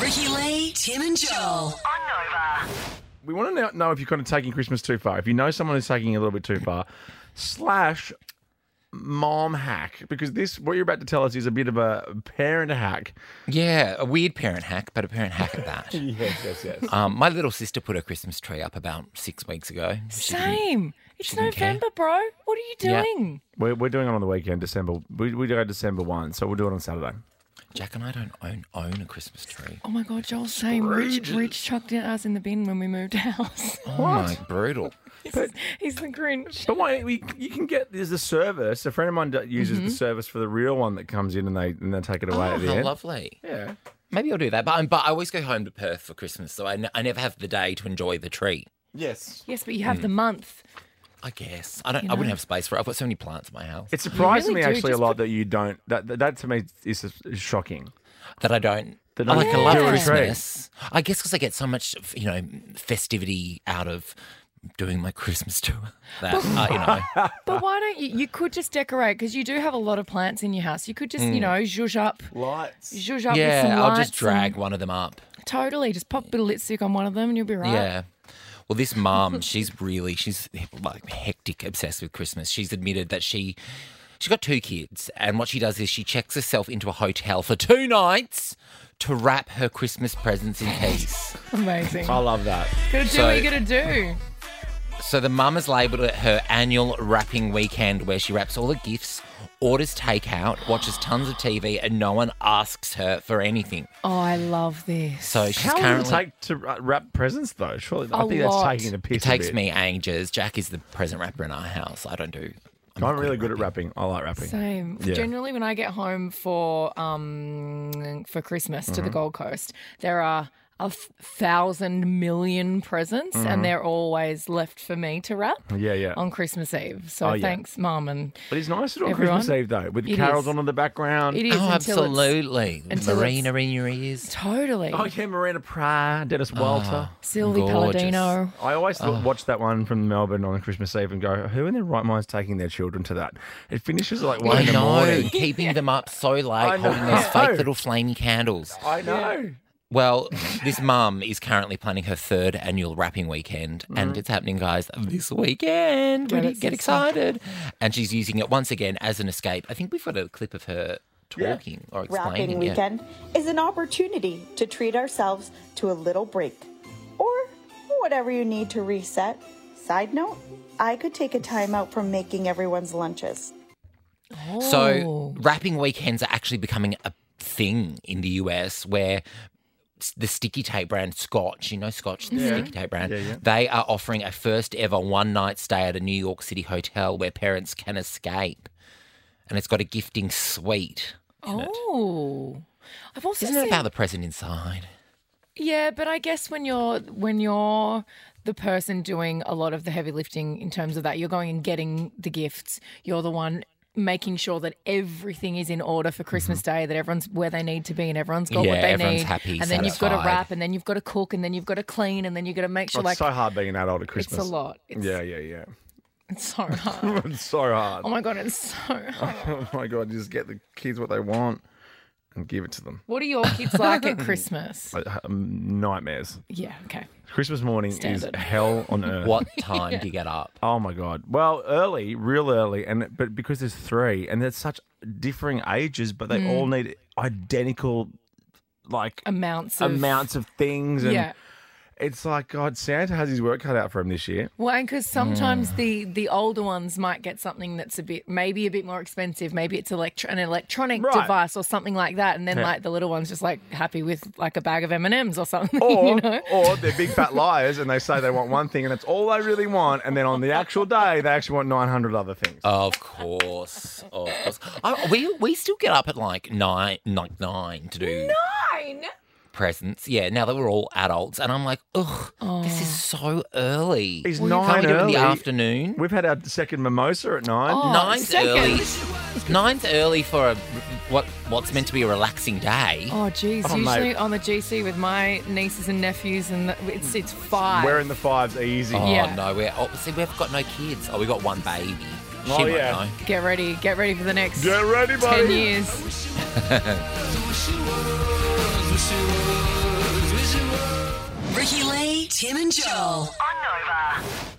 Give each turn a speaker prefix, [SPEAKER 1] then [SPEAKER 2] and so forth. [SPEAKER 1] Nikki Lee, Tim and Joel.
[SPEAKER 2] We want to know if you're kind of taking Christmas too far. If you know someone is taking it a little bit too far, slash mom hack, because this what you're about to tell us is a bit of a parent hack.
[SPEAKER 3] Yeah, a weird parent hack, but a parent hack at that.
[SPEAKER 2] Yes, yes, yes.
[SPEAKER 3] um, my little sister put her Christmas tree up about six weeks ago. She didn't-
[SPEAKER 4] Same. It's
[SPEAKER 3] didn't care.
[SPEAKER 4] November, bro. What are you
[SPEAKER 3] Yeah.
[SPEAKER 4] doing?
[SPEAKER 2] We're, we're doing it on the weekend, December. We, we go December one, so we'll do it on Saturday.
[SPEAKER 3] Jack and I don't own own a Christmas tree.
[SPEAKER 4] Oh my God, Joel, same. Rich, Rich chucked it us in the bin when we moved house.
[SPEAKER 3] Oh my, brutal.
[SPEAKER 4] He's the Grinch.
[SPEAKER 2] But why we, you can get there's a service. A friend of mine d- uses the service for the real one that comes in and they and they take it away
[SPEAKER 3] Oh,
[SPEAKER 2] at the
[SPEAKER 3] how
[SPEAKER 2] end.
[SPEAKER 3] lovely.
[SPEAKER 2] yeah.
[SPEAKER 3] Maybe I'll do that. But, I'm, but I always go home to Perth for Christmas, so I, n- I never have the day to enjoy the tree.
[SPEAKER 2] Yes.
[SPEAKER 4] Yes, but you have the
[SPEAKER 3] Hmm.
[SPEAKER 4] month.
[SPEAKER 3] I guess I don't. I wouldn't have space for it. I've got so many plants in my house
[SPEAKER 2] It's surprising me
[SPEAKER 4] do,
[SPEAKER 2] actually a
[SPEAKER 4] just
[SPEAKER 2] lot that you don't. That that, that to me is, is shocking.
[SPEAKER 3] that I don't.
[SPEAKER 2] That
[SPEAKER 3] I
[SPEAKER 2] I
[SPEAKER 3] like I
[SPEAKER 2] don't
[SPEAKER 3] love
[SPEAKER 2] do a tree.
[SPEAKER 3] Christmas. I guess because I get so much, you know, festivity out of doing my Christmas tour. That uh, you know,
[SPEAKER 4] But why don't you? You could just decorate because you do have a lot of plants in your house. You could just, you know, zhuzh up,
[SPEAKER 2] Lights.
[SPEAKER 4] zhuzh up with
[SPEAKER 3] Hmm. yeah,
[SPEAKER 4] some
[SPEAKER 3] I'll
[SPEAKER 4] lights.
[SPEAKER 3] just
[SPEAKER 4] and-
[SPEAKER 3] drag one of them up.
[SPEAKER 4] Totally. Just pop a bit of lipstick on one of them and you'll be right.
[SPEAKER 3] Yeah. Well, this mum, she's really she's like hectic, obsessed with Christmas. She's admitted that she she's got two kids, and what she does is she checks herself into a hotel for two nights to wrap her Christmas presents in peace.
[SPEAKER 4] Amazing.
[SPEAKER 2] I love that.
[SPEAKER 4] Gotta do
[SPEAKER 3] So-
[SPEAKER 4] what you gotta do.
[SPEAKER 3] so the mum has labelled it her annual wrapping weekend, where she wraps all her gifts, orders takeout, watches tons of TV, and no one asks her for anything.
[SPEAKER 4] Oh, I love this.
[SPEAKER 3] So she's
[SPEAKER 2] How long does
[SPEAKER 3] currently.
[SPEAKER 2] it take to wra- wrap presents though? Surely I
[SPEAKER 4] A
[SPEAKER 2] think
[SPEAKER 4] lot.
[SPEAKER 2] that's taking the piss.
[SPEAKER 3] it takes
[SPEAKER 2] a bit.
[SPEAKER 3] me ages. Jack is the present wrapper in our house. I don't do. I'm not
[SPEAKER 2] I'm really good at rapping. I like rapping.
[SPEAKER 4] Same.
[SPEAKER 2] Yeah.
[SPEAKER 4] Generally, when I get home for um for Christmas
[SPEAKER 2] Mm-hmm.
[SPEAKER 4] to the Gold Coast, there are a f- thousand million presents, and they're always left for me to wrap
[SPEAKER 2] Mm-hmm. Yeah, yeah.
[SPEAKER 4] on Christmas Eve. So
[SPEAKER 2] yeah.
[SPEAKER 4] thanks, Mum, and
[SPEAKER 2] But it's nice to do it on
[SPEAKER 4] Everyone?
[SPEAKER 2] Christmas Eve though, with
[SPEAKER 4] It
[SPEAKER 2] carols
[SPEAKER 4] is.
[SPEAKER 2] on in the background.
[SPEAKER 4] it is
[SPEAKER 3] Oh,
[SPEAKER 4] until it's-
[SPEAKER 3] absolutely.
[SPEAKER 4] until it's-
[SPEAKER 3] Marina in your ears.
[SPEAKER 4] totally
[SPEAKER 2] Oh yeah, Marina Pry, Dennis
[SPEAKER 3] Ah.
[SPEAKER 2] Walter.
[SPEAKER 4] Sylvie
[SPEAKER 3] Gorgeous.
[SPEAKER 4] Palladino.
[SPEAKER 2] I always
[SPEAKER 3] Ah.
[SPEAKER 2] th- watch that one from Melbourne on Christmas Eve and go, who in their right mind is taking their children to that? It finishes like one
[SPEAKER 3] I
[SPEAKER 2] in the
[SPEAKER 3] know,
[SPEAKER 2] morning.
[SPEAKER 3] keeping them up so
[SPEAKER 2] I
[SPEAKER 3] late, holding those
[SPEAKER 2] know.
[SPEAKER 3] fake little flamey candles.
[SPEAKER 2] I know.
[SPEAKER 3] Well, this mum is currently planning her third annual wrapping weekend, and it's happening, guys, this weekend.
[SPEAKER 4] Yeah,
[SPEAKER 3] We
[SPEAKER 4] that's
[SPEAKER 3] did get
[SPEAKER 4] so fun.
[SPEAKER 3] excited. And she's using it once again as an escape. I think we've got a clip of her talking or
[SPEAKER 5] wrapping
[SPEAKER 3] explaining. yeah.
[SPEAKER 5] weekend is an opportunity to treat ourselves to a little break or whatever you need to reset. Side note, I could take a time out from making everyone's lunches.
[SPEAKER 3] So wrapping weekends are actually becoming a thing in the US where s- the sticky tape brand Scotch, you know Scotch, the sticky tape brand, they are offering a first ever one night stay at a New York City hotel where parents can escape. And it's got a gifting suite. In it.
[SPEAKER 4] Oh, I've also
[SPEAKER 3] Isn't
[SPEAKER 4] seen
[SPEAKER 3] it about the present inside?
[SPEAKER 4] Yeah, but I guess when you're when you're the person doing a lot of the heavy lifting in terms of that, you're going and getting the gifts. You're the one making sure that everything is in order for Christmas Day, that everyone's where they need to be and everyone's got what
[SPEAKER 3] Mm-hmm. Yeah,
[SPEAKER 4] they
[SPEAKER 3] everyone's
[SPEAKER 4] need.
[SPEAKER 3] happy,
[SPEAKER 4] and then you've got to
[SPEAKER 3] satisfied.
[SPEAKER 4] wrap and then you've got to cook and then you've got to clean and then you've got to make sure
[SPEAKER 2] It's
[SPEAKER 4] like
[SPEAKER 2] so hard being an adult at
[SPEAKER 4] it's
[SPEAKER 2] Christmas.
[SPEAKER 4] a lot. It's,
[SPEAKER 2] Yeah, yeah, yeah.
[SPEAKER 4] it's so hard.
[SPEAKER 2] It's so hard.
[SPEAKER 4] oh my god, it's so hard.
[SPEAKER 2] Oh my god, just get the kids what they want and give it to them.
[SPEAKER 4] What are your kids like at Christmas?
[SPEAKER 2] Like, um, nightmares.
[SPEAKER 4] Yeah, okay.
[SPEAKER 2] Christmas morning
[SPEAKER 4] Standard.
[SPEAKER 2] is hell on earth.
[SPEAKER 3] What time do you get up?
[SPEAKER 2] Oh my god. Well, early, real early, and but because there's three, and there's such differing ages, but they
[SPEAKER 4] Hmm.
[SPEAKER 2] all need identical, like
[SPEAKER 4] Amounts of
[SPEAKER 2] amounts of things, and
[SPEAKER 4] Yeah.
[SPEAKER 2] it's like God, Santa has his work cut out for him this year.
[SPEAKER 4] Well, and because sometimes
[SPEAKER 2] Mm.
[SPEAKER 4] the the older ones might get something that's a bit maybe a bit more expensive. Maybe it's electro- an electronic
[SPEAKER 2] Right.
[SPEAKER 4] device or something like that, and then
[SPEAKER 2] Yeah.
[SPEAKER 4] like the little ones just like happy with like a bag of M and M's or something.
[SPEAKER 2] Or,
[SPEAKER 4] you know?
[SPEAKER 2] or they're big fat liars and they say they want one thing and that's all they really want. And then on the actual day, they actually want 900 other things.
[SPEAKER 3] Of course, of course. I, we we still get up at like nine, like nine to do
[SPEAKER 4] Fine.
[SPEAKER 3] presents. Yeah, now that we're all adults, and I'm like, ugh, this is so early.
[SPEAKER 2] It's
[SPEAKER 3] Can't
[SPEAKER 2] nine
[SPEAKER 3] we do it in
[SPEAKER 2] early.
[SPEAKER 3] the afternoon?
[SPEAKER 2] We've had our second mimosa at nine.
[SPEAKER 4] Oh,
[SPEAKER 3] Nine's
[SPEAKER 4] second.
[SPEAKER 3] early. Nine's early for a what what's meant to be a relaxing day.
[SPEAKER 4] Oh geez,
[SPEAKER 2] Oh, mate.
[SPEAKER 4] usually on the GC with my nieces and nephews, and the, it's it's five.
[SPEAKER 2] We're in the fives easy.
[SPEAKER 3] Oh,
[SPEAKER 4] yeah.
[SPEAKER 3] no, we're oh, see we've got no kids. Oh, we got one baby. She
[SPEAKER 2] Oh,
[SPEAKER 3] won't
[SPEAKER 2] yeah.
[SPEAKER 3] know.
[SPEAKER 4] get ready, get ready for the next
[SPEAKER 2] Get ready, buddy.
[SPEAKER 4] ten years.
[SPEAKER 6] Wish you was, wish you was, wish you was.
[SPEAKER 7] Tim and Joel.
[SPEAKER 1] on Nova.